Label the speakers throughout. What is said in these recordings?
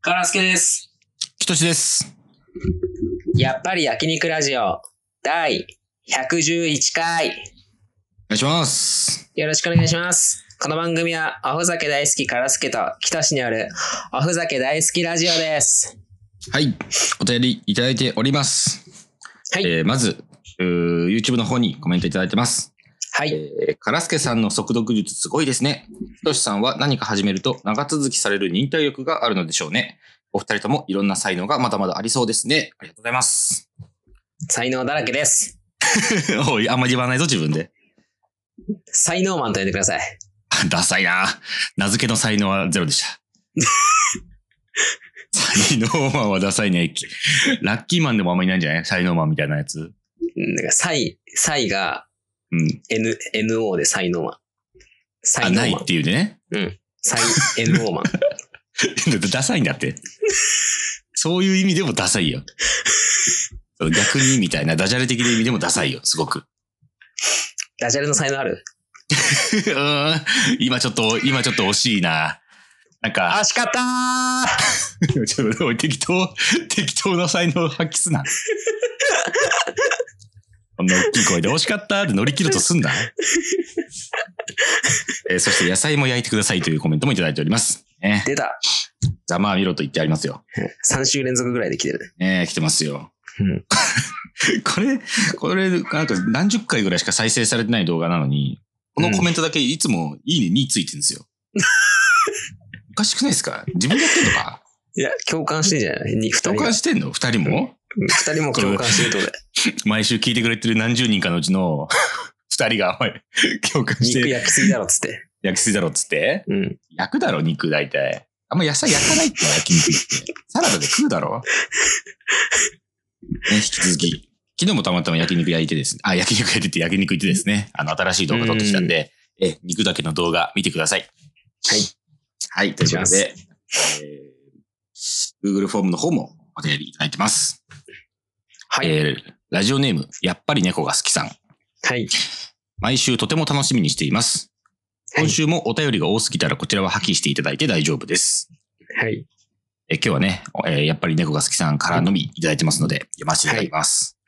Speaker 1: カラスケです。
Speaker 2: きとしです。
Speaker 1: やっぱり焼肉ラジオ第111回。
Speaker 2: お願いします。
Speaker 1: よろしくお願いします。この番組はおふざけ大好きカラスケと北市にあるおふざけ大好きラジオです。
Speaker 2: はい。お便りいただいております。
Speaker 1: はい。
Speaker 2: えーまず、うー YouTube の方にコメントいただいてます。
Speaker 1: はい。
Speaker 2: えー、カラスケさんの速読術すごいですね。ひとしさんは何か始めると長続きされる忍耐力があるのでしょうね。お二人ともいろんな才能がまだまだありそうですね。ありがとうございます。
Speaker 1: 才能だらけです。
Speaker 2: おい、あんまり言わないぞ、自分で。
Speaker 1: 才能マンと呼んでください。
Speaker 2: ダサいな。名付けの才能はゼロ でした。才能マンはダサいね。ラッキーマンでもあんまりいないんじゃない才能マンみたいなやつ。
Speaker 1: うんなんか、才、才が
Speaker 2: うん。
Speaker 1: N、NO で才能マン。才
Speaker 2: あ、
Speaker 1: 能
Speaker 2: ない
Speaker 1: マン
Speaker 2: っ。ていうね。
Speaker 1: 才、NO マン。
Speaker 2: だってダサいんだって。そういう意味でもダサ いよ。逆にみたいな、ダジャレ的な意味でもダサいよ、すごく。
Speaker 1: ダジャレの才能ある
Speaker 2: うーん今ちょっと、今ちょっと惜しいな。なんか、
Speaker 1: 惜しかったー
Speaker 2: ちょっとおい適当、適当な才能を発揮すな。こんな大きい声で惜しかったって乗り切るとすんな。えーそして野菜も焼いてくださいというコメントもいただいております。ね、
Speaker 1: 出た。
Speaker 2: ざまあ見ろと言ってありますよ。
Speaker 1: 3週連続ぐらいで来てるね。
Speaker 2: ねえ、来てますよ。
Speaker 1: うん
Speaker 2: これ、これ、なんか何十回ぐらいしか再生されてない動画なのに、このコメントだけいつもいいねについてるん ですよ。おかしくないですか自分でやってんの か
Speaker 1: いや、共感してんじゃないに二人
Speaker 2: 共
Speaker 1: が
Speaker 2: 感してんの二人も
Speaker 1: うん二人も共感してるってことで。
Speaker 2: 毎週聞いてくれてる何十人かのうちの二人があんまり共感 し
Speaker 1: 肉
Speaker 2: て
Speaker 1: 焼きすぎだろっつって。
Speaker 2: 焼きすぎだろっつって
Speaker 1: うん。
Speaker 2: 焼くだろ肉大体。あんま野菜焼かないって焼き肉 って。サラダで食うだろ、ね、引き続き。昨日もたまたま焼肉焼いてですね。あ、焼肉焼いてて焼肉行ってですね。あの、新しい動画撮ってきたんで、え、肉だけの動画見てください。
Speaker 1: はい。
Speaker 2: はい、ということで、えー Google フォームの方もお便りいただいてます。
Speaker 1: はい。
Speaker 2: えーラジオネーム、やっぱり猫が好きさん。
Speaker 1: はい。
Speaker 2: 毎週とても楽しみにしています。
Speaker 1: はい
Speaker 2: 今週もお便りが多すぎたらこちらは破棄していただいて大丈夫です。
Speaker 1: はい。
Speaker 2: えー今日はね、えーやっぱり猫が好きさんからのみいただいてますので、読ませていただきます。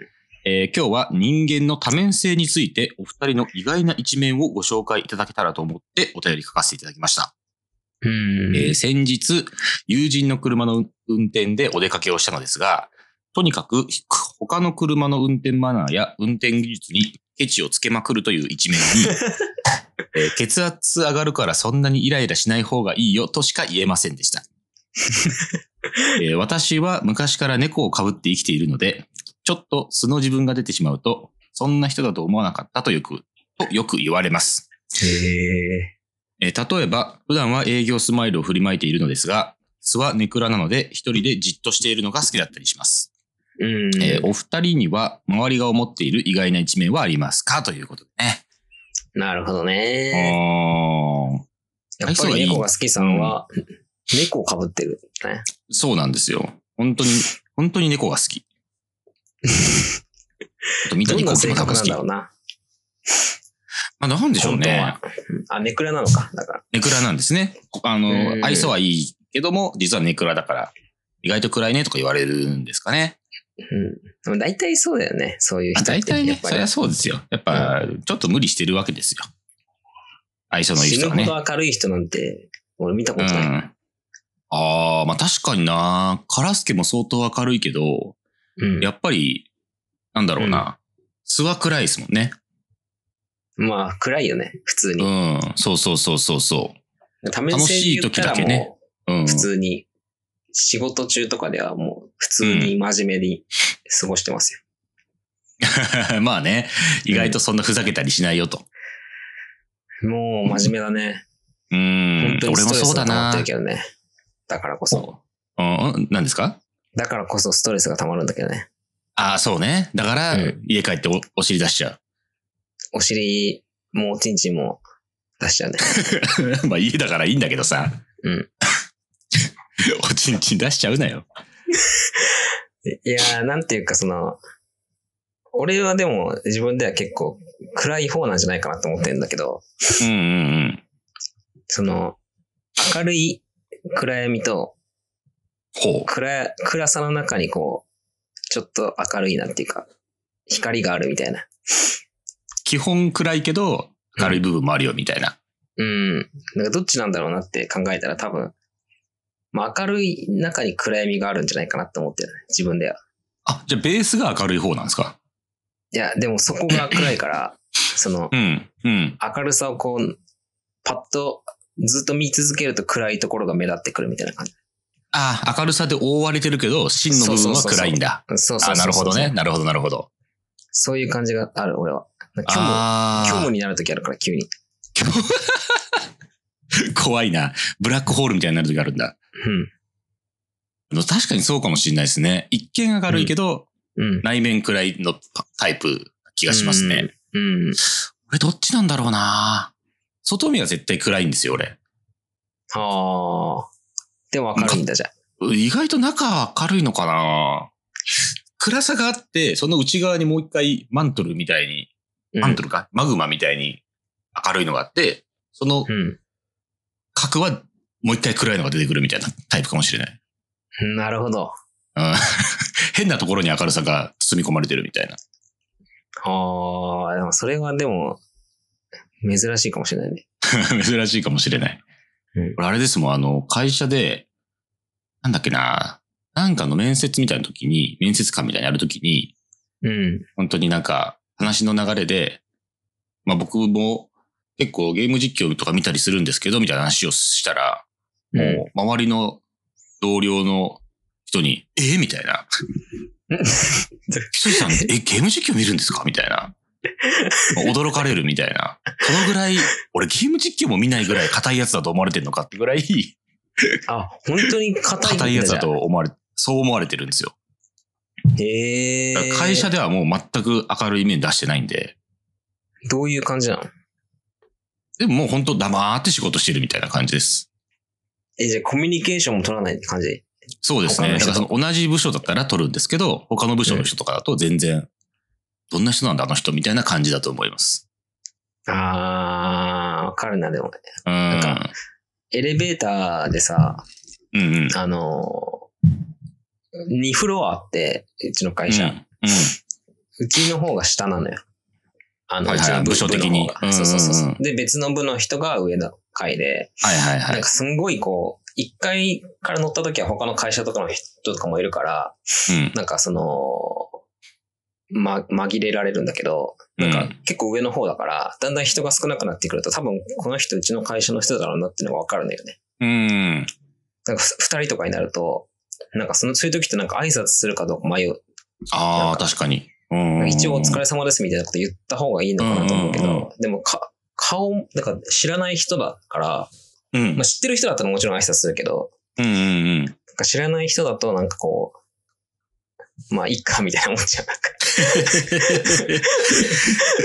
Speaker 2: えー今日は人間の多面性について、お二人の意外な一面をご紹介いただけたらと思ってお便り書かせていただきました。
Speaker 1: う
Speaker 2: え
Speaker 1: ん
Speaker 2: ー。先日、友人の車の運転でお出かけをしたのですが、とにかく他の車の運転マナーや運転技術にケチをつけまくるという一面 に、えー血圧上がるからそんなにイライラしない方がいいよとしか言えません でした。えー私は昔から猫をかぶって生きているので、ちょっと素の自分が出てしまうと、そんな人だと思わなかったとよく、とよく言われます。
Speaker 1: え
Speaker 2: えー例えば、普段は営業スマイルを振りまいているのですが、素はネクラなので、一人でじっとしているのが好きだったりします。
Speaker 1: ーうん。
Speaker 2: えーお二人には、周りが思っている意外な一面はありますかということでね。
Speaker 1: なるほど
Speaker 2: あ
Speaker 1: ね。
Speaker 2: ー
Speaker 1: やっぱり猫が好きさんは、猫をかぶってる。ね。
Speaker 2: そうなんですよ。本当に、本当に猫が好き。あと三
Speaker 1: ど
Speaker 2: 谷
Speaker 1: んな
Speaker 2: 幸喜
Speaker 1: 性
Speaker 2: も多
Speaker 1: 格
Speaker 2: 分
Speaker 1: なん
Speaker 2: 好き。
Speaker 1: だ
Speaker 2: ま
Speaker 1: ろうな。
Speaker 2: あ、なんでしょう
Speaker 1: 本当
Speaker 2: ね
Speaker 1: は。あ、ネクラなのか。だから。
Speaker 2: ネクラなんですね。あの
Speaker 1: うん、
Speaker 2: 愛想はいいけども、実はネクラだから、意外と暗いねとか言われるんですかね。
Speaker 1: うん。でも大体そうだよね。そういう
Speaker 2: まあ、
Speaker 1: 人って。
Speaker 2: 大体
Speaker 1: や
Speaker 2: ね
Speaker 1: っ、ぱ
Speaker 2: そり
Speaker 1: り
Speaker 2: ゃ。そうですよ。やっぱ、ちょっと無理してるわけですよ。相性のいい
Speaker 1: 死
Speaker 2: 人
Speaker 1: ぬ
Speaker 2: は
Speaker 1: ほ
Speaker 2: ね。
Speaker 1: ど明るい人なんて、俺見たこ
Speaker 2: う
Speaker 1: とない。
Speaker 2: ん。ああ、まあ確かにな。カラスケも相当明るいけど、
Speaker 1: うん。
Speaker 2: やっぱり、なんだろうな。素は暗いですもんね。
Speaker 1: まあ、暗いよね。普通
Speaker 2: う
Speaker 1: に。
Speaker 2: ん。そうそうそうそうそ
Speaker 1: ため
Speaker 2: 楽しい時だけねう。うん。
Speaker 1: 普通に、仕事中とかではもう普通に真面目に過ごしてますよ。
Speaker 2: まあね、意外とそんなふざけたりしないよと。
Speaker 1: もう真面目だね。
Speaker 2: うん
Speaker 1: 本。当に
Speaker 2: 俺
Speaker 1: ス
Speaker 2: も
Speaker 1: トレ
Speaker 2: そう
Speaker 1: ス
Speaker 2: だ
Speaker 1: が溜ま
Speaker 2: な
Speaker 1: って。るけどね。だからこそ。
Speaker 2: うん。何ですか
Speaker 1: だからこそストレスが溜まるんだけどね。
Speaker 2: ああ、そうね。だから
Speaker 1: うん、
Speaker 2: 家帰っておお尻出しちゃう。
Speaker 1: お尻もおちんちんも出しちゃうね。
Speaker 2: まあ家だからいいんだけどさ。
Speaker 1: うん。
Speaker 2: おちんちん出しちゃうなよ。
Speaker 1: いやー、なんていうかその、俺はでも自分では結構暗い方なんじゃないかなと思ってるんだけど、
Speaker 2: うんうん
Speaker 1: その、明るい暗闇と、
Speaker 2: ほう。
Speaker 1: 暗、暗さの中にこう、ちょっと明るいなんていうか、光があるみたいな。
Speaker 2: 基本暗いけど、明るい部分もあるよみたいな。
Speaker 1: うん。なんかどっちなんだろうなって考えたら多分、まあ明るい中に暗闇があるんじゃないかなって思ってるね。自分では。
Speaker 2: あ、じゃあベースが明るい方なんですか
Speaker 1: いや、でもそこが暗い から、その
Speaker 2: うん。うん。
Speaker 1: 明るさをこう、パッとずっと見続けると暗いところが目立ってくるみたいな感じ。
Speaker 2: ああ、明るさで覆われてるけど、芯の部分は暗いんだ。
Speaker 1: そうそうそうそう
Speaker 2: あなるほどね。。なるほど、なるほど。
Speaker 1: そういう感じがある、俺は。虚無、
Speaker 2: あ
Speaker 1: 虚無
Speaker 2: あ
Speaker 1: になるときあるから、急に。
Speaker 2: 怖いな。ブラックホールみたいになる時あるんだ。でも確かにそうかもしれないですね。一見明るいけど、
Speaker 1: うん。うん。
Speaker 2: 内面暗いのタイプな気がしますね。
Speaker 1: うん。うん。
Speaker 2: 俺どっちなんだろうな外見は絶対暗いんですよ、俺。
Speaker 1: ああ。でも明るいんだ、じゃあ。
Speaker 2: 意外と中は明るいのかな暗さがあって、その内側にもう一回マントルみたいに、
Speaker 1: うん
Speaker 2: マントルか、マグマみたいに明るいのがあって、その
Speaker 1: うん。
Speaker 2: 角はもう一回暗いのが出てくるみたいなタイプかもしれない。
Speaker 1: なるほど。
Speaker 2: うん 変なところに明るさが包み込まれてるみたいな。
Speaker 1: ああ、でもそれはでも、珍しいかもしれないね。
Speaker 2: 珍しいかもしれない。
Speaker 1: うん
Speaker 2: 俺あれですもん、あの、会社で、なんだっけな、なんかの面接みたいな時に、面接官みたいにやる時に、
Speaker 1: うん。
Speaker 2: 本当になんか話の流れで、まあ僕も結構ゲーム実況とか見たりするんですけど、みたいな話をしたら、
Speaker 1: うん
Speaker 2: もう周りの同僚の人に、えみたいな。ひとりさ ん、え、ゲーム実況見るんですかみたいな。まあ驚かれるみたいな。そのぐらい、俺ゲーム実況も見ないぐらい硬いやつだと思われてるのかってぐらい、
Speaker 1: あ、本当に硬いんだ
Speaker 2: 硬いやつだ
Speaker 1: じゃ
Speaker 2: と思われ、そう思われてるんですよ。
Speaker 1: あ。へえ
Speaker 2: だから。会社ではもう全く明るい面出してないんで、
Speaker 1: どういう感じなの
Speaker 2: でももう本当黙って仕事してるみたいな感じです。
Speaker 1: え、じゃあコミュニケーションも取らないって感じ
Speaker 2: そうです
Speaker 1: 他
Speaker 2: ね。
Speaker 1: の
Speaker 2: だ
Speaker 1: 人
Speaker 2: か
Speaker 1: と
Speaker 2: らその同じ部署だったら取るんですけど、他の部署の人とかだと全然、どんな人なんだあの人みたいな感じだと思います。
Speaker 1: あー、わかるな、でも。
Speaker 2: うん。
Speaker 1: んかエレベーターでさ、
Speaker 2: うんうん。
Speaker 1: あのー、2フロアあって、うちの会社。
Speaker 2: う
Speaker 1: うん
Speaker 2: うん
Speaker 1: ちの方が下なのよ。あの、
Speaker 2: は
Speaker 1: う
Speaker 2: いはい
Speaker 1: ちの
Speaker 2: 部署的に
Speaker 1: 部の方がそうそうそう
Speaker 2: うん
Speaker 1: そ
Speaker 2: うん
Speaker 1: う。で、別の部の人が上の階で、
Speaker 2: はいはいは
Speaker 1: なん
Speaker 2: い
Speaker 1: か。すんごいこう、1階から乗った時は他の会社とかの人とかもいるから、
Speaker 2: うん
Speaker 1: なんかその、ま、紛れられるんだけど、なん
Speaker 2: う
Speaker 1: か
Speaker 2: ん
Speaker 1: 結構上の方だから、だんだん人が少なくなってくると、多分この人うちの会社の人だろうなっていうのがわかるんだよね。
Speaker 2: うん。
Speaker 1: なんかふ二人とかになると、なんかその、そういう時ってなんか挨拶するかどうか迷う。
Speaker 2: あ
Speaker 1: な
Speaker 2: あ、
Speaker 1: んか
Speaker 2: 確かに。うん
Speaker 1: 一応お疲れ様ですみたいなこと言った方がいいのかなと思うけ
Speaker 2: うんうん
Speaker 1: ど、でもか、顔、なんか知らない人だから、
Speaker 2: うん
Speaker 1: まあ、知ってる人だったらもちろん挨拶するけど、
Speaker 2: うんうんうん。
Speaker 1: なんか知らない人だとなんかこう、まあ、いっかみたいな思っちゃう。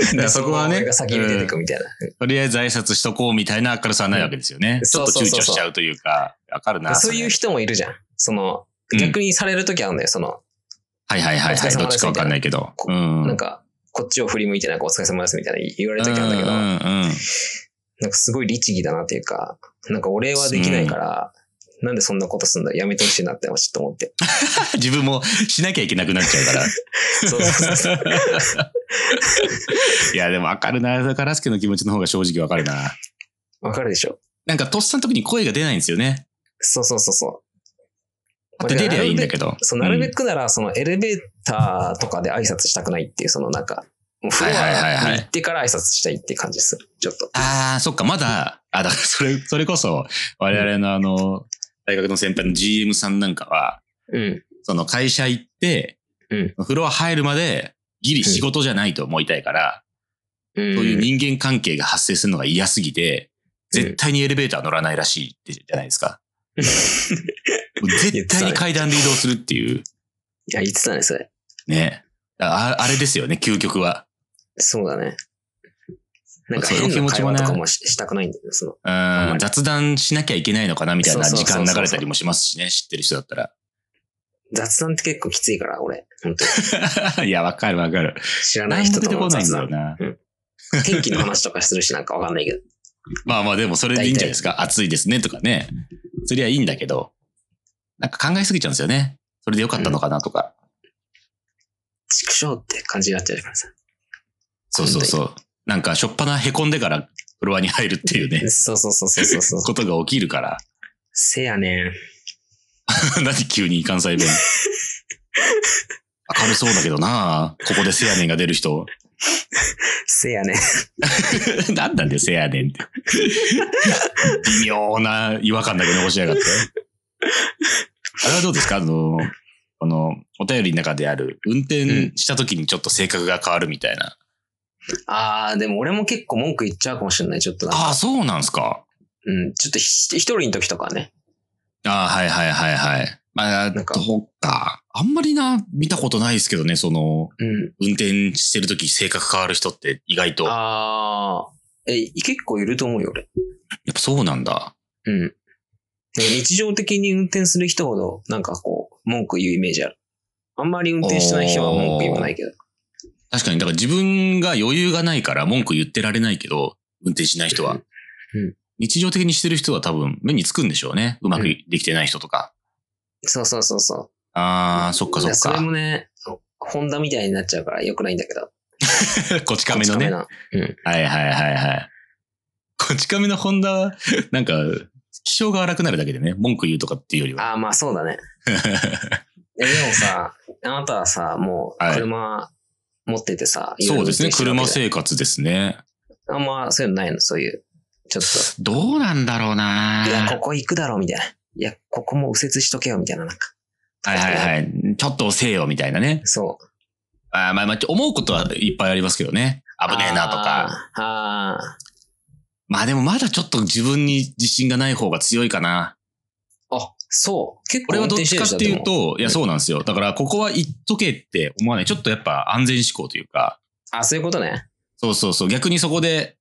Speaker 1: なん
Speaker 2: ら
Speaker 1: か
Speaker 2: そこはね
Speaker 1: 俺が先に出てくみたいな。
Speaker 2: とりあえず挨拶しとこうみたいな明るさはないわけですよね。
Speaker 1: うん
Speaker 2: ちょっと
Speaker 1: そう
Speaker 2: 躊
Speaker 1: そうそ
Speaker 2: 躇
Speaker 1: うそう
Speaker 2: しちゃうというか、わかるな。
Speaker 1: そういう
Speaker 2: 人。
Speaker 1: 人もいるじゃん。その、
Speaker 2: うん
Speaker 1: 逆にされる時あるんだよ。その、
Speaker 2: はいはいはい
Speaker 1: お疲
Speaker 2: は
Speaker 1: れ
Speaker 2: い。ど
Speaker 1: 様
Speaker 2: っ
Speaker 1: で
Speaker 2: ち
Speaker 1: す
Speaker 2: かわかんないけど。うん。
Speaker 1: なんか、こっちを振り向いてなんかお疲れ様ですみたいな言われ
Speaker 2: う
Speaker 1: る
Speaker 2: ん、
Speaker 1: 時あるんだけど、
Speaker 2: うんうん。
Speaker 1: なんかすごい律儀だなっていうか、なんかお礼はできないから、なんでそんなことすんだやめてほしいなってちょっと思 って。
Speaker 2: 自分もしなきゃいけなくなっちゃうから。
Speaker 1: そうそうそう
Speaker 2: いや、でもわかるな。だから、すけの気持ちの方が正直わかるな。
Speaker 1: わかるでしょ
Speaker 2: なんか、とっさの時に声が出ないんですよね。
Speaker 1: そうそうそうそう。
Speaker 2: で出りゃいいんだけど。
Speaker 1: そう、なるべ
Speaker 2: うん
Speaker 1: くなら、そのエレベーターとかで挨拶したくないっていう、そのなんか、もうフロアに
Speaker 2: はいはいはいはい
Speaker 1: 行ってから挨拶したいって感じする。ちょっと。
Speaker 2: ああ、そっか、まだ、あ、だから、それ、それこそ、我々のあの、大学の先輩の GM さんなんかは、
Speaker 1: うん。
Speaker 2: その会社行って、
Speaker 1: うん
Speaker 2: 風呂入るまで、ギリ仕事じゃないと思いたいから、
Speaker 1: うん。
Speaker 2: そういう人間関係が発生するのが嫌すぎて、絶対にエレベーター乗らないらしいってじゃないです か。もう絶対に階段で移動するっていう、
Speaker 1: いや、言ってたね、それ。
Speaker 2: ね。ああれですよね、究極は。
Speaker 1: そうだね。なんか
Speaker 2: そういう
Speaker 1: 変
Speaker 2: 気
Speaker 1: な
Speaker 2: 持ち
Speaker 1: 会
Speaker 2: も
Speaker 1: 話
Speaker 2: ね
Speaker 1: とかもししたくないんだよね、その。
Speaker 2: うん、雑談しなきゃいけないのかなみたいな
Speaker 1: そうそう
Speaker 2: 時
Speaker 1: そうそう
Speaker 2: 間流れたりもしますしね、知ってる人だったら。
Speaker 1: 雑談って結構きついから、俺。本 当に。
Speaker 2: いや、わかるわかる。
Speaker 1: 知らな
Speaker 2: 何
Speaker 1: い
Speaker 2: も
Speaker 1: 人
Speaker 2: 出
Speaker 1: と
Speaker 2: てこ
Speaker 1: の
Speaker 2: ないん
Speaker 1: 雑
Speaker 2: だよ
Speaker 1: 談。
Speaker 2: な。
Speaker 1: 天気の話とかするし、なんかわかんないけど。
Speaker 2: まあまあ、でもそれでいいんじゃないですか。暑いですねとかね。そりゃいいんだけど。なんか考えすぎちゃうんですよね。それでよかったのかなとか。
Speaker 1: 畜生って感じになっちゃうからさ。、
Speaker 2: そうそうそう。なんか、しょっぱな凹んでから車に入るっていうね
Speaker 1: そうそうそうそうそうそう。
Speaker 2: ことが起きるから。
Speaker 1: せやねん。
Speaker 2: 何急に関西弁。明るそうだけどなここでせやねんが出る人。
Speaker 1: せやねん。
Speaker 2: なんなんだよ、せやねんって。微妙な違和感だけ残しやがって。あれはどうですかあの、この、お便りの中である、運転した時にちょっと性格が変わるみたいな。
Speaker 1: あー、でも俺も結構文句言っちゃうかもしれない。ちょっとなんか
Speaker 2: ああ、そうなんすか。
Speaker 1: うん、ちょっとひ一人の時とかはね。
Speaker 2: ああ、はいはいはいはい。まあ、
Speaker 1: なんか
Speaker 2: そうか。あんまりな、見たことないですけどね、その、
Speaker 1: うん。
Speaker 2: 運転してる時性格変わる人って意外と。や
Speaker 1: あー、え、結構いると思うよ、俺。
Speaker 2: っぱそうなんだ。
Speaker 1: うん。なんか日常的に運転する人ほど、なんかこう、文句言うイメージある。あんまり運転してない人は文句言わないけど。
Speaker 2: 確かに、だから自分が余裕がないから文句言ってられないけど、運転しない人
Speaker 1: う
Speaker 2: は
Speaker 1: んうん。
Speaker 2: 日常的にしてる人は多分目につくんでしょうね。うまくできてない人とか。
Speaker 1: そうそうそうそう。
Speaker 2: ああ、そっかそ
Speaker 1: いや
Speaker 2: っ
Speaker 1: それ
Speaker 2: か。
Speaker 1: もね、ホンダみたいになっちゃうから良くないんだけど。
Speaker 2: こち亀の
Speaker 1: こち亀
Speaker 2: ね。
Speaker 1: なうん。
Speaker 2: はいはいはいはい。こち亀のホンダは、なんか、気性が荒くなるだけでね、文句言うとかっていうよりは。
Speaker 1: ああ、まあそうだ ね。え、でもさ、あなたはさ、も
Speaker 2: は
Speaker 1: う
Speaker 2: い
Speaker 1: 車持っててさ、いろい
Speaker 2: そ
Speaker 1: ろ
Speaker 2: うですね。
Speaker 1: 運転してるわけ
Speaker 2: 車
Speaker 1: じゃん
Speaker 2: 生活ですね。
Speaker 1: あんまそういうのないのそういう。ちょっ
Speaker 2: どうなんだろうな
Speaker 1: と、いや、ここ行くだろ、みたいな。いや、ここも右折しとけよ、みたいな、なんか。
Speaker 2: はいはいはい。ちょっと押せよ、みたいなね。
Speaker 1: そう。
Speaker 2: あーまあまあ、思うことはいっぱいありますけどね。危ねえなとか。
Speaker 1: あー。あ
Speaker 2: まあでもまだちょっと自分に自信がない方が強いかな。
Speaker 1: ーあ、そう。結構
Speaker 2: 俺は
Speaker 1: 運
Speaker 2: どっ
Speaker 1: 転し
Speaker 2: ち
Speaker 1: る
Speaker 2: か
Speaker 1: 人
Speaker 2: っ
Speaker 1: だ
Speaker 2: て
Speaker 1: 思
Speaker 2: いう。と、いやそうなんですよ。だからここは言っとけって思わない。ちょっとやっぱ安全志向というか、
Speaker 1: あ、そういうことね。
Speaker 2: そうそうそう、逆にそこで、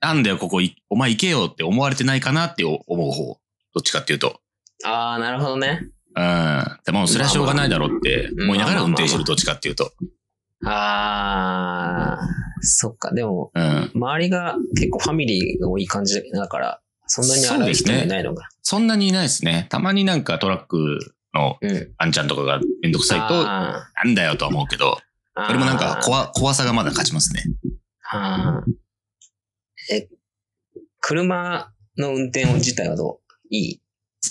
Speaker 2: なんだよここい、お前行けよって思われてないかなって思う方。どっちかっていうと。
Speaker 1: ああ、なるほどね。
Speaker 2: うん。でもそれはしょうがないだろうって思いながら運転してるどっちかっていうと。
Speaker 1: ああ、そっか。でも、
Speaker 2: うん。
Speaker 1: 周りが結構ファミリーが多い感じだから、そんなに荒い人もいないのが。
Speaker 2: そんなにいないですね。たまになんかトラックの
Speaker 1: うね。
Speaker 2: あんちゃんとかがめんどくさいと、な
Speaker 1: あ
Speaker 2: んだよとは思うけど、
Speaker 1: ー
Speaker 2: それもなんか怖、怖さがまだ勝ちますね。
Speaker 1: あーえ、車の運転自体はどういい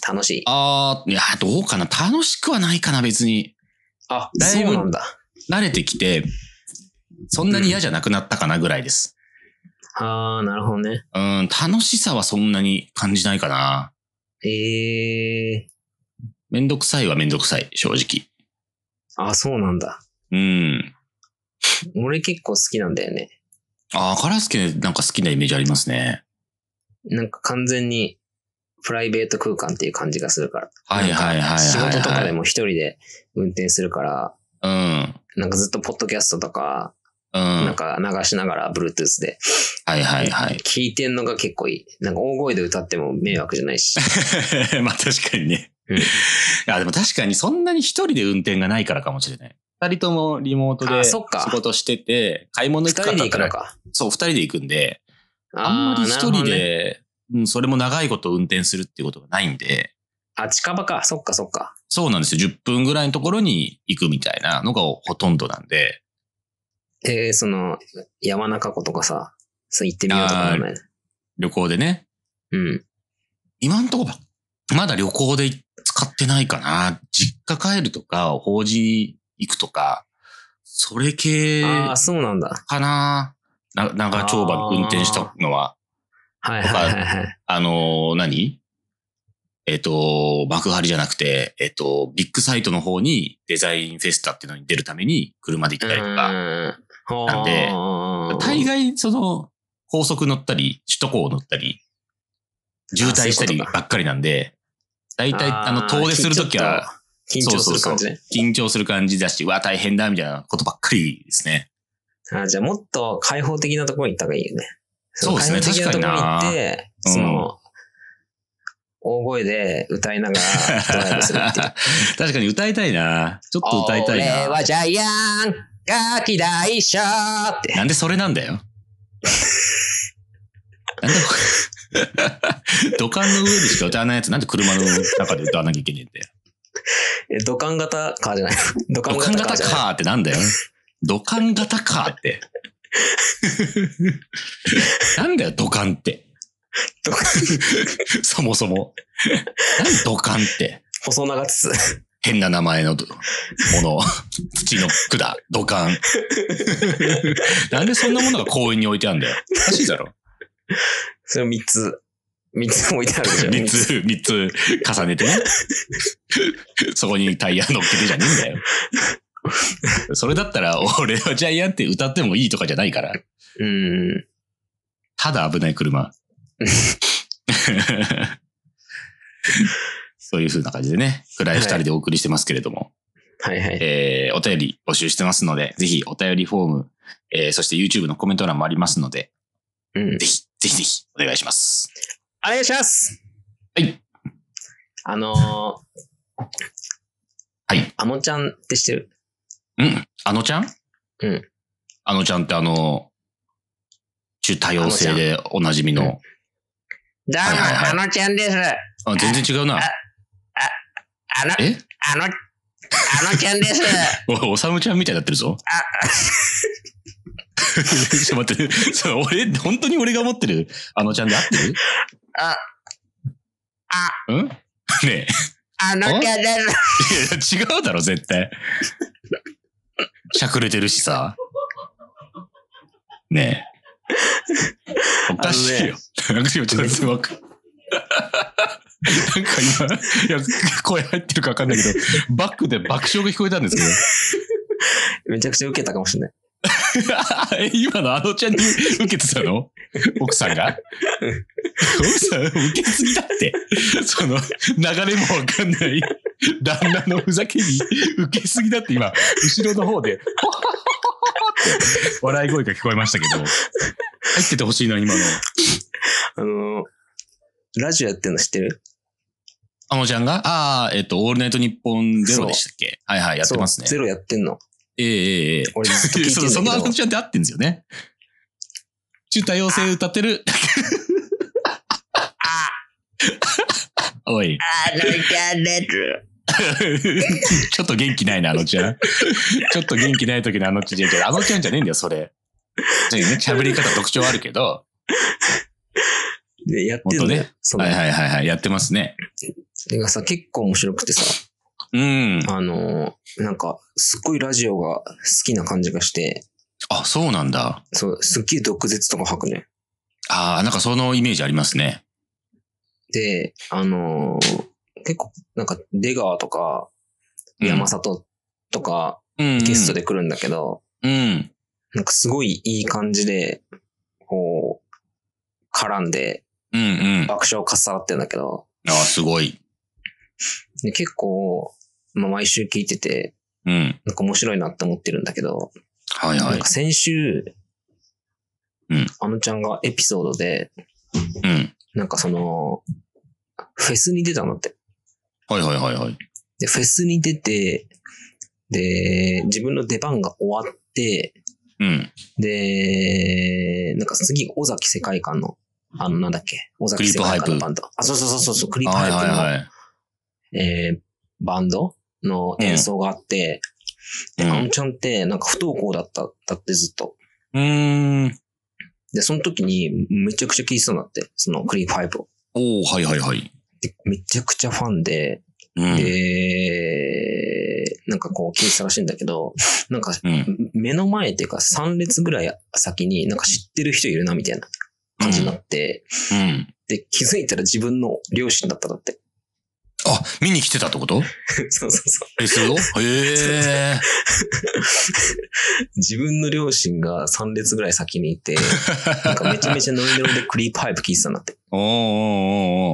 Speaker 1: 楽しい
Speaker 2: ああ、いや、どうかな。楽しくはないかな、別に。
Speaker 1: あ、
Speaker 2: だいぶ
Speaker 1: そうなんだ。
Speaker 2: 慣れてきて、そんなに嫌じゃなくなったかなぐらいです。
Speaker 1: ああ、なるほどね。
Speaker 2: うん、楽しさはそんなに感じないかな。
Speaker 1: ええ
Speaker 2: めんどくさいはめんどくさい、正直。
Speaker 1: あ、そうなんだ。
Speaker 2: うん。
Speaker 1: 俺結構好きなんだよね。
Speaker 2: ああ、カラスケなんか好きなイメージありますね。
Speaker 1: なんか完全にプライベート空間っていう感じがするから。
Speaker 2: はいはいはいはい、はい。
Speaker 1: 仕事とかでも一人で運転するから、
Speaker 2: うん。
Speaker 1: なんかずっとポッドキャストとか、
Speaker 2: うん。
Speaker 1: なんか流しながら Bluetooth で
Speaker 2: はいはいはい。
Speaker 1: 聞いてんのが結構いい。なんか大声で歌っても迷惑じゃない し。
Speaker 2: まあ確かにね。
Speaker 1: うん
Speaker 2: あでも確かにそんなに一人で運転がないからかもしれない。二人ともリモートで
Speaker 1: あ
Speaker 2: 仕
Speaker 1: そっか
Speaker 2: 事してて、買い物
Speaker 1: 二
Speaker 2: 行く
Speaker 1: 人
Speaker 2: か
Speaker 1: で
Speaker 2: だっ
Speaker 1: 行
Speaker 2: た
Speaker 1: く
Speaker 2: ら
Speaker 1: のか。
Speaker 2: そう、二人で行くんで、
Speaker 1: あ
Speaker 2: あん
Speaker 1: ー
Speaker 2: まり一
Speaker 1: なるほ
Speaker 2: 人
Speaker 1: どね
Speaker 2: で、うん、それも長いこと運転するっていうことがないんで、
Speaker 1: あ、近場か。そっかそっか。
Speaker 2: そうなんですよ。10分ぐらいのところに行くみたいなのがほとんどなんで、
Speaker 1: えー、その、山中湖とかさ、そう行ってみようとかなんないの
Speaker 2: 旅行でね。
Speaker 1: うん。
Speaker 2: 今んとこば、まだ旅行で使ってないかな。実家帰るとか、法事に行くとか、それ系
Speaker 1: ああ、そうなんだ。
Speaker 2: かな。な長丁場運転したのは、
Speaker 1: はいはいはいはい。
Speaker 2: あのー何えっ、と、幕張じゃなくて、えっ、と、ビッグサイトの方にデザインフェスタっていうのに出るために車で行ったりとか、
Speaker 1: うーん。
Speaker 2: なんで
Speaker 1: で
Speaker 2: 大概その高速乗ったり、首都高を乗ったり、渋滞したりばっかりなんで、大体あの遠出するときは、
Speaker 1: 緊張する感じね。
Speaker 2: 緊張する感じだし、うわ、大変だ、みたいなことばっかりですね。
Speaker 1: あじゃあもっと開放的なところに行った方がいいよね。
Speaker 2: そうですね
Speaker 1: 開放的なところに行って、
Speaker 2: 確か
Speaker 1: そ
Speaker 2: にな
Speaker 1: の、大声で歌いながらドライブする っていう。
Speaker 2: 確かに歌いたいな。ちょっと歌いたい
Speaker 1: 俺
Speaker 2: な。
Speaker 1: はジャイアンが嫌いしょーって。
Speaker 2: なんでそれなんだよ。なん で、土管の上でしか歌わないやつ、なんで車の中で歌わなきゃいけねえんだよ。
Speaker 1: え、土管型カー じゃない土
Speaker 2: 土
Speaker 1: 管
Speaker 2: 管
Speaker 1: 型カー
Speaker 2: 型
Speaker 1: じゃない
Speaker 2: カーってなんだよ。土管型カーって。なんだよ、土管って。
Speaker 1: 土管
Speaker 2: そもそも。何土管って。
Speaker 1: 細長筒。
Speaker 2: 変な名前のどもの。土の管、土管。なんでそんなものが公園に置いてあるんだよ。おかしいだろ。
Speaker 1: それを3つ。3つ置いてあるでしょ。
Speaker 2: 三。つ、三つ重ね てね。そこにタイヤ乗っけてじゃねえんだよ。それだったら、俺はジャイアンって歌ってもいいとかじゃないから。
Speaker 1: うん。
Speaker 2: ただ危な い車。そういう風な感じでね、暗い二人でお送りしてますけれども、
Speaker 1: はいはい。
Speaker 2: えーお便り募集してますので、ぜひお便りフォーム、えーそして YouTube のコメント欄もありますので、
Speaker 1: うん。
Speaker 2: ぜひ、ぜひぜひお願いします。
Speaker 1: お願いします
Speaker 2: はい。
Speaker 1: あのー、
Speaker 2: はい。
Speaker 1: あのちゃんって知ってる
Speaker 2: うん。あのちゃん
Speaker 1: うん。
Speaker 2: あのちゃんってあの、中多様性でおなじみ
Speaker 1: う
Speaker 2: の。
Speaker 1: どうも、
Speaker 2: はいはい
Speaker 1: あのちゃんです。あ
Speaker 2: あ、全然違うな。
Speaker 1: の、
Speaker 2: え
Speaker 1: あの、あのちゃんです。
Speaker 2: お、おさむちゃんみたいになってるぞ。 ちょっと待って、そう俺、本当に俺が思ってるあのちゃんで合ってる
Speaker 1: あ、
Speaker 2: うんねえ。
Speaker 1: あのちゃんです。
Speaker 2: いや違うだろ、絶対。しゃくれてるしさ。ねえ。おかしいよ。なんか今ちょっとすごく。なんか今、いや、声入ってるかわかんないけど、バックで爆笑が聞こえたんですけど。
Speaker 1: めちゃくちゃ受けたかもしれない。
Speaker 2: え 今のあのちゃんに受けて たの奥さんが奥さん受けすぎだ って。その流れもわかんない旦那のふざけに受けすぎだって今、後ろの方 で、ほははははって笑い声が聞こえましたけど、入っててほしいな、今の。
Speaker 1: あのー、ラジオやってるの知ってる
Speaker 2: あのちゃんがああ、えっと、オールナイトニッポンゼロでしたっけはいはい、やってますね
Speaker 1: そう。ゼロやってんの。
Speaker 2: ええええええ。
Speaker 1: 俺ずっと聞いて
Speaker 2: そ
Speaker 1: ん
Speaker 2: う
Speaker 1: だ
Speaker 2: そ
Speaker 1: け
Speaker 2: のア
Speaker 1: ど
Speaker 2: ル。ちゃんって合ってんですよね。中多様性歌ってる。おい。
Speaker 1: あのちゃんです。
Speaker 2: ちょっと元気ないな、あのちゃん。ちょっと元気ない時のあのちゃんじゃ、あのちゃんじゃねえんだよ、それ。ちょっとね喋り方特徴あるけど。
Speaker 1: で、やってんの
Speaker 2: 本当
Speaker 1: ね
Speaker 2: ね。
Speaker 1: その、
Speaker 2: はいはいはいはい、やってますね。
Speaker 1: でがさ、結構面白くてさ、
Speaker 2: うん。
Speaker 1: あのー、なんか、すっごいラジオが好きな感じがして、
Speaker 2: あ、そうなんだ。
Speaker 1: そう、すっげえ毒舌とか吐くね。
Speaker 2: ああ、なんかそのイメージありますね。
Speaker 1: で、あのー、結構、なんか、出川とか、
Speaker 2: うん
Speaker 1: 山里とか、
Speaker 2: うん。
Speaker 1: ゲスト。で来るんだけど、
Speaker 2: うん。
Speaker 1: なんかすごいいい感じで、こう、絡んで、
Speaker 2: うんうん。あ
Speaker 1: 爆笑をかっさらってんだけど、
Speaker 2: あ、すごい。
Speaker 1: で結構、まあ、毎週聞いてて、
Speaker 2: うん。
Speaker 1: なんか面白いなって思ってるんだけど、
Speaker 2: はいは
Speaker 1: なん
Speaker 2: い
Speaker 1: か。先週、
Speaker 2: うん
Speaker 1: あのちゃんがエピソードで、
Speaker 2: うん。
Speaker 1: なんかその、フェスに出たのって。
Speaker 2: はいはいはいはい。
Speaker 1: で、フェスに出て、で、自分の出番が終わって、
Speaker 2: うん。
Speaker 1: で、なんか次、尾崎世界観の、あの、なんだっけ、尾崎世界観のバンド。あ、そうそうそうそうそう、クリープハ
Speaker 2: は
Speaker 1: イ
Speaker 2: い
Speaker 1: プの、
Speaker 2: はいはい。
Speaker 1: えーバンドの演奏があって、
Speaker 2: うん
Speaker 1: で、あのちゃんって、なんか不登校だった、だってずっと。
Speaker 2: うーん。
Speaker 1: で、その時にめちゃくちゃ聴いてたんだって、そのクリープハイプを。
Speaker 2: おおはいはいはい。
Speaker 1: で、めちゃくちゃファンで、
Speaker 2: うん。
Speaker 1: で、なんかこう聴いてたらしいんだけど、なんか
Speaker 2: うん。
Speaker 1: 目の前っていうか3列ぐらい先になんか知ってる人いるなみたいな感じになって、
Speaker 2: うん。
Speaker 1: で、気づいたら自分の両親だったんだって。
Speaker 2: あ、見に来てたってこと
Speaker 1: そうそうそう。
Speaker 2: え、すごへえ。
Speaker 1: 自分の両親が3列ぐらい先にいて、なんかめちゃめちゃノリノリでクリープハイプ聴いてたんだって。
Speaker 2: おーおー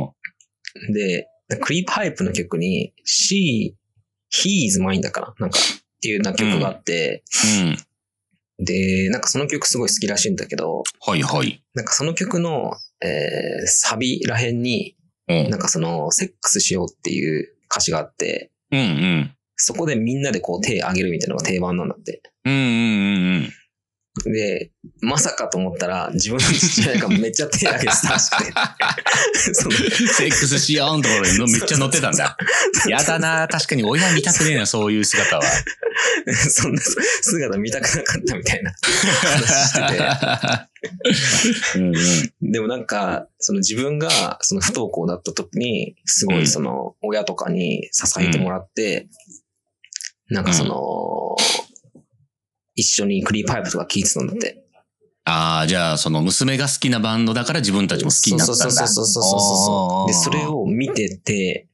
Speaker 2: おーお
Speaker 1: で、クリープハイプの曲に She, He is mine だから、なんかっていうな曲があって、
Speaker 2: ーうん。
Speaker 1: で、なんかその曲すごい好きらしいんだけど、
Speaker 2: はいはい。
Speaker 1: なんかその曲の、えーサビらへんに、
Speaker 2: うん
Speaker 1: なんかその、セックスしようっていう歌詞があって、
Speaker 2: うんうん。
Speaker 1: そこでみんなでこう手挙げるみたいなのが定番なんだって。
Speaker 2: うんうんうんうん。
Speaker 1: で、まさかと思ったら、自分の父親がめっちゃ手挙げてた らしくて。その
Speaker 2: セックスし合うんところにのめっちゃ乗ってたんだ。やだな確かに親見たくねえな、そういう 姿は。
Speaker 1: そんな姿見たくなかったみたいな話して
Speaker 2: うんうん
Speaker 1: て。でもなんか、その自分がその不登校だった時に、すごいその親とかに支えてもらって、なんかその、一緒にクリーパイプとか聴いてたんだって。
Speaker 2: ああ、じゃあ、その娘が好きなバンドだから自分たちも好きになったんだ。
Speaker 1: そうそうそうそう
Speaker 2: おーおーお
Speaker 1: そう。で、
Speaker 2: ー
Speaker 1: それ、を見てて、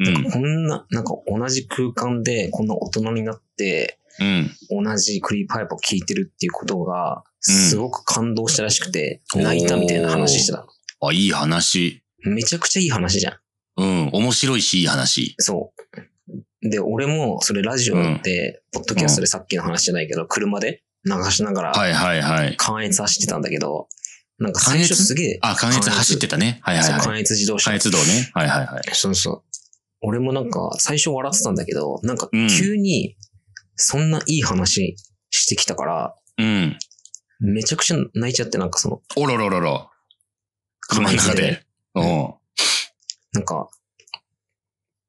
Speaker 2: うん、
Speaker 1: こんな、なんか同じ空間で、こんな大人になって、
Speaker 2: うん。
Speaker 1: 同じクリーパイプを聴いてるっていうことが、すごく感動したらしくて、泣いたみたいな話してた。
Speaker 2: あ、いい話。
Speaker 1: めちゃくちゃいい話じゃん。
Speaker 2: うん、面白いし、いい話。
Speaker 1: そう。で、俺も、それラジオで、ポッドキャストでさっきの話じゃないけど、車で流しながら、
Speaker 2: はいはいはい。
Speaker 1: 関越走ってたんだけど、なんか最初
Speaker 2: 関越
Speaker 1: すげえ、
Speaker 2: あ、関越走ってたね。はいはい
Speaker 1: そう
Speaker 2: はい。
Speaker 1: 関越自動車
Speaker 2: 関。越道ね。はいはいはい。
Speaker 1: そうそう。俺もなんか、最初笑ってたんだけど、なんか
Speaker 2: うん
Speaker 1: 急に、そんないい話してきたから、
Speaker 2: うん。
Speaker 1: めちゃくちゃ泣いちゃって、なんかその、
Speaker 2: おろろろろ。車の中で。う
Speaker 1: 関越で
Speaker 2: ん。
Speaker 1: なんか、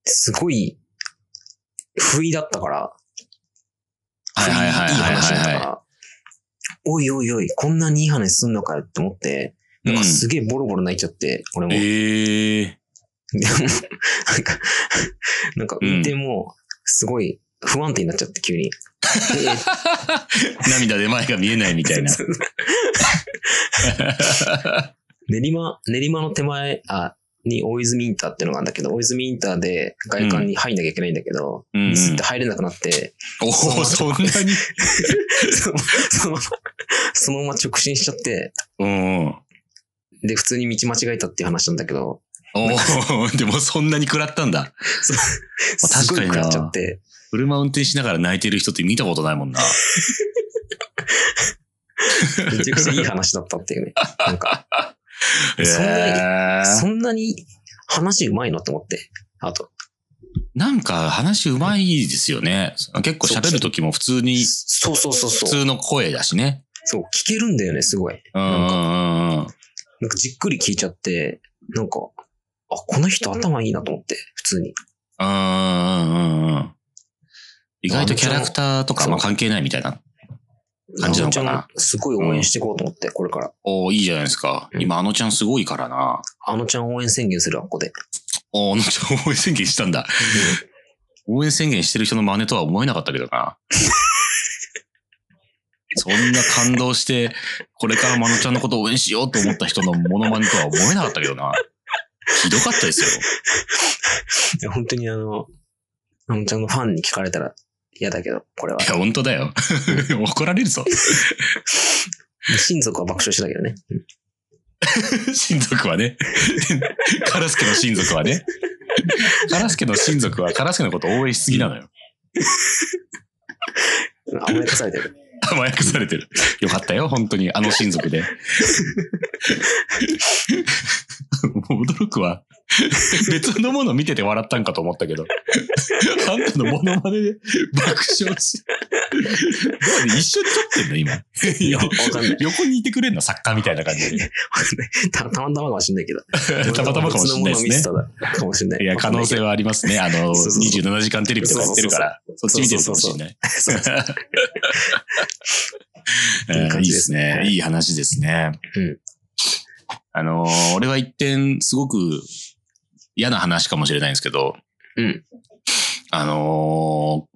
Speaker 1: すごい、不意だったから、
Speaker 2: はいはいはい
Speaker 1: いい
Speaker 2: はい
Speaker 1: 話だっ
Speaker 2: は
Speaker 1: たか
Speaker 2: いは
Speaker 1: ら、おいおいおい、こんなにいい話すんのかよって思って、なんかすげえボロボロ泣いちゃって、俺も。
Speaker 2: い。ええ。
Speaker 1: でも、 なんか、なんか運転も、すごい不安定になっちゃって、 急に。え
Speaker 2: 涙で前が見えないみたいな。
Speaker 1: 練馬、練馬の手前、あ、に大泉インターってのがあるんだけど、大泉インターで外観に入んなきゃいけないんだけど、
Speaker 2: うんうん
Speaker 1: ミスって入れなくなって、
Speaker 2: おお、そんなに。
Speaker 1: そのそのまま、そのまま直進しちゃって、
Speaker 2: うんうん。
Speaker 1: で、普通に道間違えたっていう話なんだけど、
Speaker 2: お お、でもそんなに食らったんだ。あ
Speaker 1: す
Speaker 2: 確
Speaker 1: ご
Speaker 2: か
Speaker 1: い
Speaker 2: にな
Speaker 1: 食らっちゃって、
Speaker 2: 車運転しながら泣いてる人って見たことないもんな。
Speaker 1: めちゃくちゃいい話だったって いうね。なんか、
Speaker 2: え
Speaker 1: そん
Speaker 2: ー
Speaker 1: そんなに話うまいのって思って、あと、
Speaker 2: なんか話うまいですよね。結構喋るときも普通に、
Speaker 1: そうそうそう
Speaker 2: 普
Speaker 1: そう、
Speaker 2: 通の声だしね。
Speaker 1: そう、聞けるんだよね、すごい。
Speaker 2: うんうんうんうん。
Speaker 1: なんかじっくり聞いちゃって、なんか、あ、この人頭いいなと思って、普通に。
Speaker 2: うんうんうんうん。意外とキャラクターとかあんま関係ないみたいな。感じなのかな
Speaker 1: あちゃんすごい応援していこうと思って、これから。
Speaker 2: おおいいじゃないですか。
Speaker 1: うん
Speaker 2: 今、あのちゃんすごいからな。
Speaker 1: あのちゃん応援宣言するわ、ここで。
Speaker 2: おーあのちゃん応援宣言したんだ。応援宣言してる人の真似とは思えなかったけどな。そんな感動して、これからもあのちゃんのことを応援しようと思った人のモノマネとは思えなかったけどな。ひどかったですよ。。
Speaker 1: いや本当にあの、あのちゃんのファンに聞かれたら嫌だけど、これ はい
Speaker 2: や、本当だよ。怒られるぞ。
Speaker 1: 親族は爆笑してたけどね。うん
Speaker 2: 親族はね。カラスケの親族はね。カラスケの親族はカラスケのことを応援しすぎなのよ。
Speaker 1: 甘やかされてる。
Speaker 2: 甘やかされてる。よかったよ、本当に。あの親族で。 もう驚くわ。別のもの見てて笑ったんかと思ったけど。あんたのモノマネで爆笑し。なんで一緒に撮ってんの今。
Speaker 1: いや、わかんない。
Speaker 2: 横にいてくれんの作家みたいな感じ で。
Speaker 1: たたまたまかもしんないけど。
Speaker 2: たまたまかもしれないですね。
Speaker 1: ね。かもしんない。
Speaker 2: いや、可能性
Speaker 1: は。
Speaker 2: はありますね。あの、
Speaker 1: そうそうそう
Speaker 2: 27時間テレビとかやってるから、そっち見てるかもしれない。
Speaker 1: そうそう
Speaker 2: え
Speaker 1: いい
Speaker 2: ー
Speaker 1: 感
Speaker 2: いい
Speaker 1: じ
Speaker 2: で
Speaker 1: ですす
Speaker 2: ね
Speaker 1: ね。
Speaker 2: いい話ですね。
Speaker 1: うん
Speaker 2: あのー俺は一点、すごく嫌な話かもしれないんですけど、
Speaker 1: うん。
Speaker 2: あのー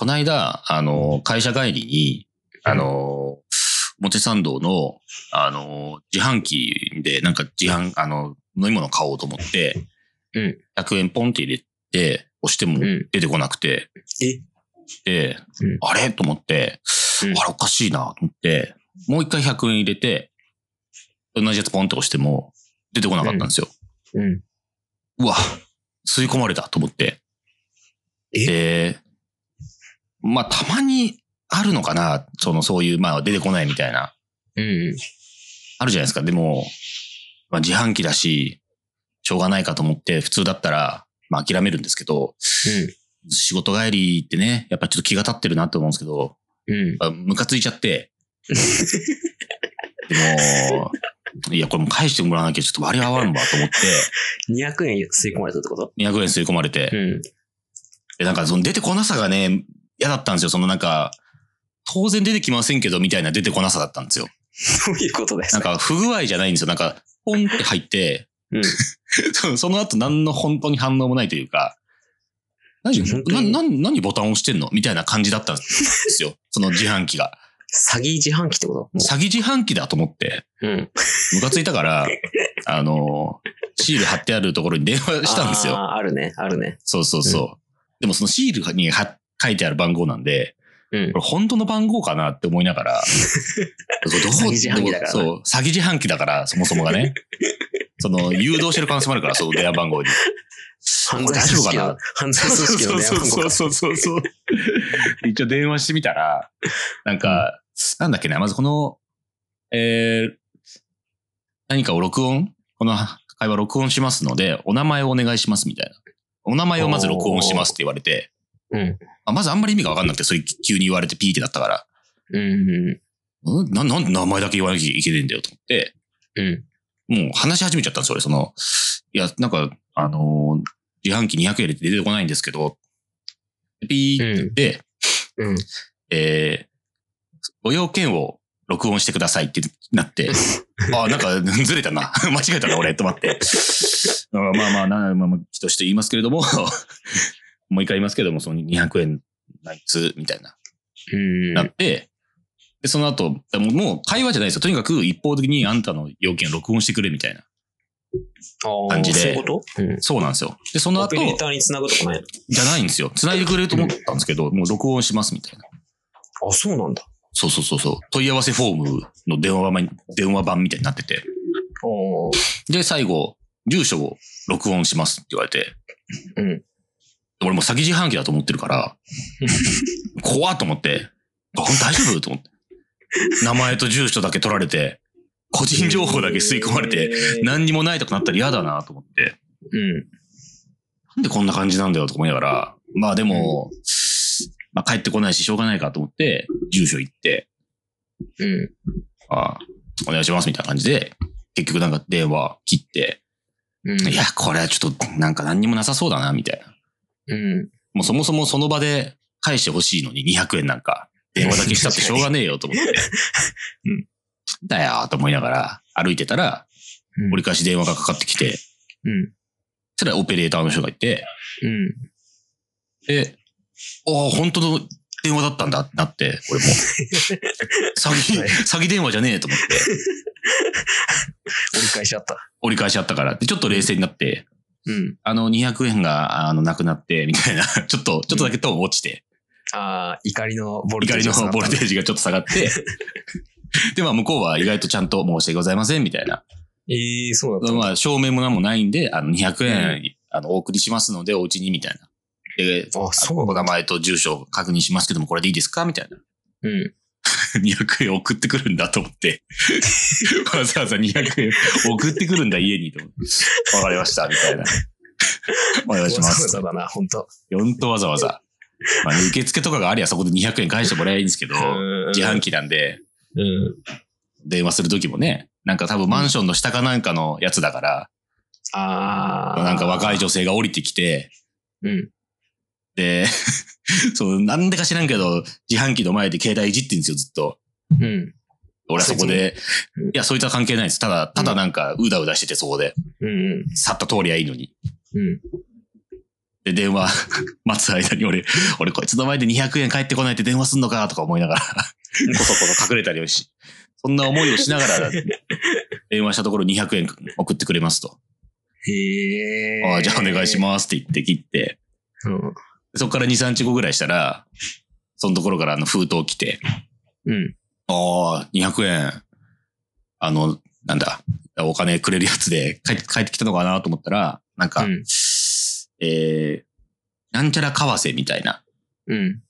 Speaker 2: この間、あのー会社帰りに、あのー表参道の、あのー自販機で、なんか自販、あの飲み物買おうと思って、
Speaker 1: うん
Speaker 2: 100円ポンって入れて、押しても
Speaker 1: うん
Speaker 2: 出てこなくて、
Speaker 1: え
Speaker 2: で、
Speaker 1: うん
Speaker 2: あれと思って、
Speaker 1: うん
Speaker 2: あれおかしいなと思って、もう一回100円入れて、同じやつポンって押しても出てこなかったんですよ。
Speaker 1: うん。
Speaker 2: うわ、吸い込まれたと思って。
Speaker 1: え
Speaker 2: で、まあ、たまにあるのかなその、そういう、まあ、出てこないみたいな。
Speaker 1: うん。
Speaker 2: あるじゃないですか。でも、まあ、自販機だし、しょうがないかと思って、普通だったら、まあ、諦めるんですけど、仕事帰りってね、やっぱちょっと気が立ってるなと思うんですけど、
Speaker 1: うん。うん。
Speaker 2: あムカついちゃって、でも、いや、これもう返してもらわなきゃちょっと割り合わんわと思って、
Speaker 1: 200円吸い込まれたってこと
Speaker 2: 200円吸い込まれて
Speaker 1: う、ん。
Speaker 2: でなんかその出てこなさがね、嫌だったんですよ。そのなんか、当然出てきませんけど、みたいな出てこなさだったんですよ。
Speaker 1: どういうことです
Speaker 2: なん
Speaker 1: か
Speaker 2: か不具合じゃないんですよ。なんか、ポンって入って、
Speaker 1: うん
Speaker 2: そその後何の本当に反応もないというか、何、
Speaker 1: 本当
Speaker 2: な
Speaker 1: に
Speaker 2: 何何ボタン押してんのみたいな感じだったんですよ。その自販機が。
Speaker 1: 詐欺自販機ってこと
Speaker 2: 詐欺自販機だと思って、
Speaker 1: うん。
Speaker 2: ムカついたから、 あの、シール貼ってあるところに電話したんですよ。
Speaker 1: あーあるね、あるね。
Speaker 2: そうそうそう。でもそのシールに貼書いてある番号なんで、
Speaker 1: うん
Speaker 2: こ。れ本当の番号かなって思いなが ら、ど
Speaker 1: 詐欺自販機だからな
Speaker 2: そう、詐欺自販機だから、そもそもがね。その、誘導してる可能性もあるから、その電話番号に。
Speaker 1: 犯罪組織
Speaker 2: これ大
Speaker 1: の
Speaker 2: 丈夫かな、
Speaker 1: 犯罪組織の電話番号
Speaker 2: そう
Speaker 1: か。
Speaker 2: そうそうそうそう。一応電話してみたら、なんか、なんだっけな、まずこの、えー、何かを録音この会話録音しますので、お名前をお願いしますみたいな。お名前をまず録音しますって言われて、
Speaker 1: うん。
Speaker 2: あまずあんまり意味がわかんなくて、それ急に言われてピーってなったから、
Speaker 1: うん。
Speaker 2: んな、なんで名前だけ言わなきゃいけねえんだよと思って、
Speaker 1: うん。
Speaker 2: もう話し始めちゃったんですよ、俺。その、いや、なんか、あのー自販機200円入れて出てこないんですけど、ピーって
Speaker 1: う
Speaker 2: 言って、
Speaker 1: ん。
Speaker 2: えーご要件を録音してくださいってなって、ああ、なんかずれたな。 間違えたな、俺、と思って。あーまあまあ、なまあまあ、として言いますけれども、 もう一回言いますけれども、その200円ないつ、みたいな。
Speaker 1: うん。
Speaker 2: なって、で、その後、もうもう会話じゃないですよ。とにかく一方的にあんたの要件を録音してくれみたいな。
Speaker 1: あー
Speaker 2: 感じで
Speaker 1: そういうことうん。
Speaker 2: そうなんですよ。で、その
Speaker 1: オ
Speaker 2: 後、
Speaker 1: ペレーターに繋ぐとかない
Speaker 2: じゃないんですよ。繋いでくれると思ったんですけど、もう録音しますみたいな。
Speaker 1: のあ、そうなんだ。
Speaker 2: そうそうそうそう。問い合わせフォームの電話版、電話版みたいになってて。
Speaker 1: おー
Speaker 2: で、最後、住所を録音しますって言われて。
Speaker 1: うん。
Speaker 2: 俺もう詐欺自販機だと思ってるから、怖っと思って、あほんと大丈夫と思って。名前と住所だけ取られて、個人情報だけ吸い込まれて、
Speaker 1: て
Speaker 2: 何にもないとかなったら嫌だなと思って、
Speaker 1: うん。
Speaker 2: なんでこんな感じなんだよとか思いながら、まあでも、まあ帰ってこないししょうがないかと思って、住所行って、
Speaker 1: うん。
Speaker 2: ああお願いしますみたいな感じで、結局なんか電話切って、
Speaker 1: うん。
Speaker 2: いや、これはちょっとなんか何にもなさそうだな、みたいな。
Speaker 1: うん。
Speaker 2: もうそもそもその場で返してほしいのに200円なんか、電話だけしたってしょうがねえよと思って。
Speaker 1: うん
Speaker 2: だよーと思いながら歩いてたら、
Speaker 1: うん。
Speaker 2: 折り返し電話がかかってきて、
Speaker 1: うん。
Speaker 2: それはオペレーターの人がいて、
Speaker 1: うん。
Speaker 2: で、ああ、本当の電話だったんだってなって、 俺も。詐欺、
Speaker 1: はい
Speaker 2: 詐欺電話じゃねえと思って、
Speaker 1: 折り返しあった。
Speaker 2: 折り返しあったから。で、ちょっと冷静になって、
Speaker 1: うん。
Speaker 2: あの、200円が、あの、なくなって、みたいな、 ちょっと、ちょっとだけトーン落ちて、
Speaker 1: ああ、怒りのボルテ
Speaker 2: 怒
Speaker 1: ー
Speaker 2: り
Speaker 1: ジ
Speaker 2: の
Speaker 1: が下がった
Speaker 2: ボルテージがちょっと下がって、で、まあ、向こうは意外とちゃんと申し訳ございません、みたいな。
Speaker 1: ええそうだったんだ。
Speaker 2: まあ、証明も何もないんで、あの、200円、あの、お送りしますので、お家に、みたいな。で、
Speaker 1: あ、そう
Speaker 2: お
Speaker 1: な
Speaker 2: 名
Speaker 1: んだ。
Speaker 2: 前と住所を確認しますけども、これでいいですかみたいな。
Speaker 1: うん。
Speaker 2: 200円送ってくるんだと思 って。わざわざ200円送ってくるんだ、家にと思って。わかりました、みたいな。お願いしま
Speaker 1: わ
Speaker 2: す
Speaker 1: ざ。わざだな、本当。
Speaker 2: 本当わざわざ。まあね、受付とかがありゃそこで200円返してもらえばいいんですけど、自販
Speaker 1: 機。
Speaker 2: 機なんで、
Speaker 1: うん。
Speaker 2: 電話するときもね、なんか多分マンションの下かなんかのやつだから、
Speaker 1: ああ。
Speaker 2: なんか若い。女性が降りてきて、
Speaker 1: うん。
Speaker 2: で、 そう、なんでか知らんけど、自販機の前で携帯いじってんですよ、ずっと。
Speaker 1: うん。
Speaker 2: 俺はそこで
Speaker 1: うん、
Speaker 2: いや、そういった関係ないです。ただ、ただなんか、うだうだしてて、そこで。
Speaker 1: うん。
Speaker 2: 去った通りはいいのに。
Speaker 1: うん。
Speaker 2: で、電話 待つ間に俺、俺こいつの前で200円返ってこないって電話すんのかとか思いながら、こそこそ隠れたりをし、そんな思いをしながら、電話したところ200円送ってくれますと。
Speaker 1: へえ。
Speaker 2: ああ、じゃあお願いし
Speaker 1: ま
Speaker 2: ますって言って切って、
Speaker 1: す。うん。
Speaker 2: そこから2、3日後ぐらいしたら、そのところからあの封筒来て、
Speaker 1: うん。
Speaker 2: ああ、200円、あの、なんだ、お金くれるやつで帰って帰ってきたのかなと思ったら、なんか、
Speaker 1: うん
Speaker 2: えー、なんちゃら為替みたいな、
Speaker 1: うん。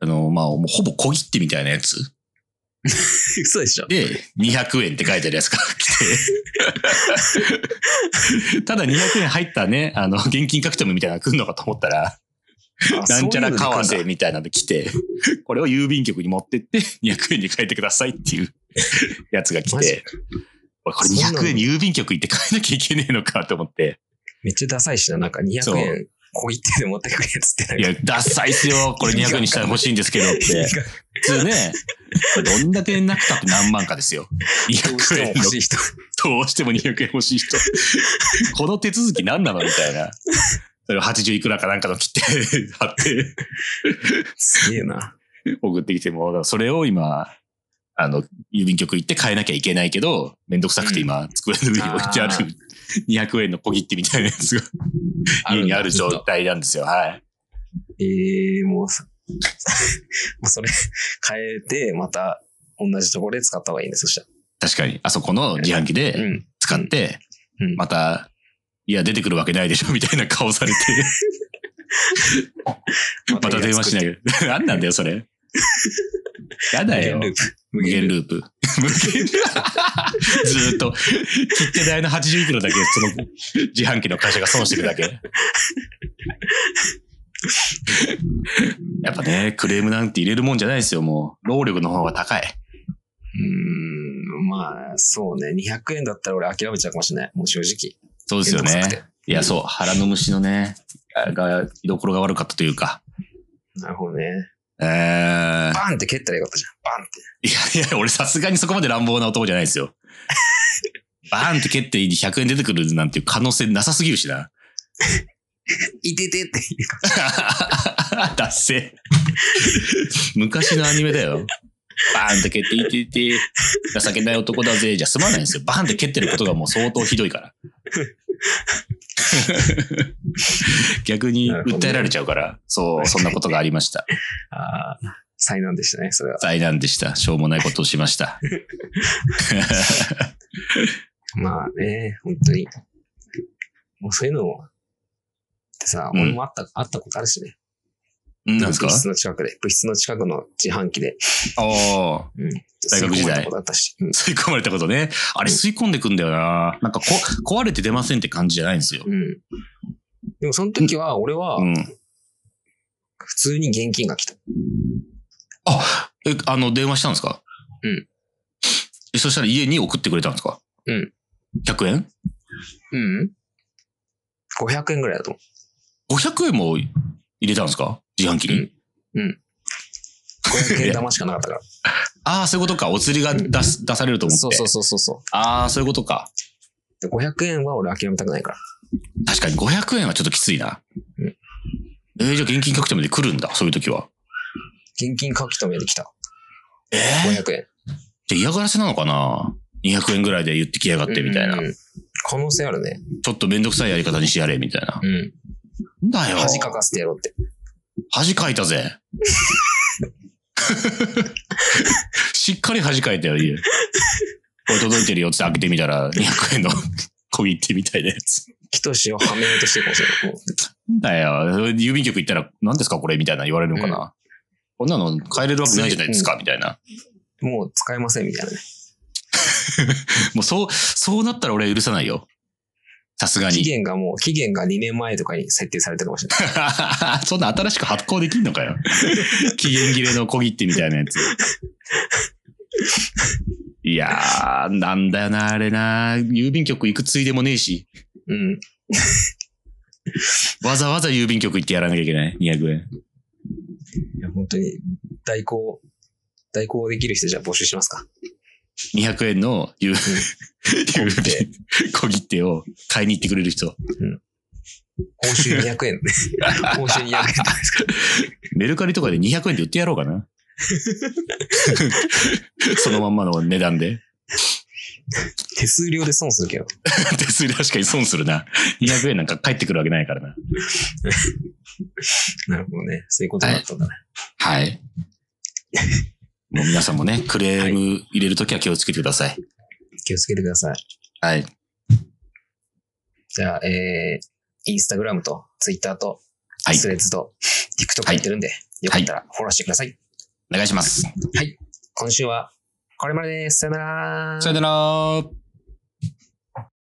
Speaker 2: あの、まあ、もうほぼ小切手みたいなやつ
Speaker 1: 嘘でしょ。
Speaker 2: で、200円って書いてあるやつが 来て、ただ200円入ったね、あの、現金書き留めみたいなのが来るのかと思ったら、
Speaker 1: あ
Speaker 2: なんちゃら川
Speaker 1: そういうので来るん
Speaker 2: 瀬
Speaker 1: だ
Speaker 2: みたいなので 来て、これを郵便局に持ってって、200円に変えてくださいっていう やつが来
Speaker 1: マジ
Speaker 2: て、俺これ
Speaker 1: そんなの
Speaker 2: 200円郵便局行って変えなきゃいけねえのかと思って、
Speaker 1: めっちゃダサいしな、なんか
Speaker 2: そう
Speaker 1: 200円、こう言ってで持ってくるやつって
Speaker 2: い
Speaker 1: なんか。
Speaker 2: や、ダッサいっすよ、これ200円にしたら欲しいんですけどって。普通ね、どんだけなくたって何万かですよ。
Speaker 1: どうし
Speaker 2: 200
Speaker 1: ても
Speaker 2: 円
Speaker 1: 欲
Speaker 2: の
Speaker 1: しい人。
Speaker 2: どうしても200円欲し い人。この手続き何なのみたいな。それを80いくらかなんかの切って、 貼って、
Speaker 1: すげえな。
Speaker 2: 送ってきても、だからそれを今、あの、郵便局行って変えなきゃいけないけど、めんどくさくて今、机の上に置いてあ
Speaker 1: あ
Speaker 2: る
Speaker 1: ー
Speaker 2: 200円の小切手みたいなやつが 家にある状態なんですよ。はい。
Speaker 1: ええー、もうさ、 もうそれ、変えて、また、同じところで使った方がいいね、そした
Speaker 2: 確かに、あそこの自販機
Speaker 1: ら。う
Speaker 2: で
Speaker 1: ん。
Speaker 2: 使って、
Speaker 1: うん。
Speaker 2: また、いや、出てくるわけないでしょ、みたいな 顔されて、また電話しないい。 なんなんだよ、それ。やだよ
Speaker 1: 無限。ループ。
Speaker 2: 無限ループ。 無限ループ。ずーっと、切手代の80キロだけ、その、自販機の会社が損してるだけ。やっぱね、クレームなんて入れるもんじゃないですよ、もう。労力の方が高い。
Speaker 1: うーん、まあ、そうね。200円だったら俺諦めちゃうかもしれない。もう正直。
Speaker 2: そうですよ
Speaker 1: めんどくさ
Speaker 2: ね。
Speaker 1: く
Speaker 2: いや、そう、腹の虫のね、が、居所が悪かったというか。
Speaker 1: てなるほどね。
Speaker 2: えー、
Speaker 1: バンって蹴ったらよかったじゃん。バンって。
Speaker 2: いやいや、俺さすがにそこまで乱暴な男じゃないですよ。バーンって蹴って100円出てくるなんていう可能性なさすぎるしな。
Speaker 1: いててって言うか
Speaker 2: 達成。昔のアニメだよ。バーンって蹴って、いていて、情けない男だぜ、じゃ済まないんですよ。バーンって蹴ってることがもう相当ひどいから。 逆に訴えられちゃうから、そう、そんなことがありました。
Speaker 1: ああ、災難でしたね、それは。
Speaker 2: 災難でした。しょうもないことをしました。
Speaker 1: まあね、本当に。もうそういうのも、ってさ、
Speaker 2: うん
Speaker 1: 俺もあった、あったことあるしね。
Speaker 2: うんなんですか
Speaker 1: 部室の近くで、部室の近くの自販機で。
Speaker 2: ああ。
Speaker 1: うん。
Speaker 2: 大学時
Speaker 1: 吸
Speaker 2: 代
Speaker 1: い込まれたことあったし。うん
Speaker 2: 吸い込まれたことね。あれ吸い込んでくんだよな。なんかこ壊れて出ませんって感じじゃないんですよ。
Speaker 1: うん。でもその時は、俺は
Speaker 2: う、ん。
Speaker 1: 普通に現金が来た。
Speaker 2: え、あの、電話したんですか
Speaker 1: うん。
Speaker 2: えそしたら家に送ってくれたんですか
Speaker 1: うん。
Speaker 2: 100円
Speaker 1: うん。500円ぐらいだと思
Speaker 2: ?500 円も入れたんですか自販機に。
Speaker 1: うんう。500円玉しかなかった から。
Speaker 2: ああ、そういうことか。お釣りが出す、出されると思って。
Speaker 1: そうそうそうそうそう
Speaker 2: ああ、そういうことか。
Speaker 1: で。500円は俺諦めたくないから。
Speaker 2: 確かに500円はちょっときついな。
Speaker 1: うん
Speaker 2: えーじゃあ現金確定まで来るんだ。そういう時は。
Speaker 1: 現金書き留めで来た。
Speaker 2: えー、
Speaker 1: 500円。
Speaker 2: じゃあ嫌がらせなのかな ?200 円ぐらいで言ってきやがってみたいな。
Speaker 1: うん可能性あるね。
Speaker 2: ちょっとめんどくさいやり方にしてやれみたいな。
Speaker 1: うん。
Speaker 2: んだよ。
Speaker 1: 恥かかせてやろうって。
Speaker 2: 恥かいたぜ。 しっかり恥かいたよ、家。これ届いてるよって開けてみたら、200円の 小切手みたいなやつ。
Speaker 1: ひとしをはめようとしてるかもしれない。
Speaker 2: んだよ。郵便局行ったら、何ですかこれみたいな言われるのかな。こんなの買えれるわけないじゃないですかみたいな。
Speaker 1: もう使えませんみたいなね。
Speaker 2: もうそう、そうなったら俺は許さないよ。さすが
Speaker 1: 期
Speaker 2: に。
Speaker 1: 限がもう、期限が2年前とかに設定されてるかもしれない。
Speaker 2: そんな新しく発行できん のかよ。期限切れの小切手みたいなやつ。いやー、なんだよな、あれな。郵便局行くついでもねえし、
Speaker 1: うん。
Speaker 2: わざわざ郵便局行ってやらなきゃいけない。200円。
Speaker 1: いや、本当に、代行、代行できる人じゃあ募集しますか。
Speaker 2: 200円の郵郵
Speaker 1: 小切手
Speaker 2: 便、小切手を買いに行ってくれる人。
Speaker 1: 報酬200円。 報酬200円じゃないですか。
Speaker 2: メルカリとかで200円で売ってやろう かな。そのまんまの値段で。
Speaker 1: 手数料で損するけど。
Speaker 2: 手数料確かに損するな。200円なんか返ってくるわけないからな。
Speaker 1: なるほどね。そういうことだったんだね。
Speaker 2: はい。もう皆さんもね、クレーム入れるときは気をつけてください。
Speaker 1: 気をつけてください。
Speaker 2: はい。
Speaker 1: じゃあ、えー、インスタグラムと、ツイッターと、
Speaker 2: はい
Speaker 1: スレッズと、TikTok やってるんで、よかったらフォローしてください。
Speaker 2: お願いします。
Speaker 1: 今週は、これまでです。さよなら。
Speaker 2: さよなら。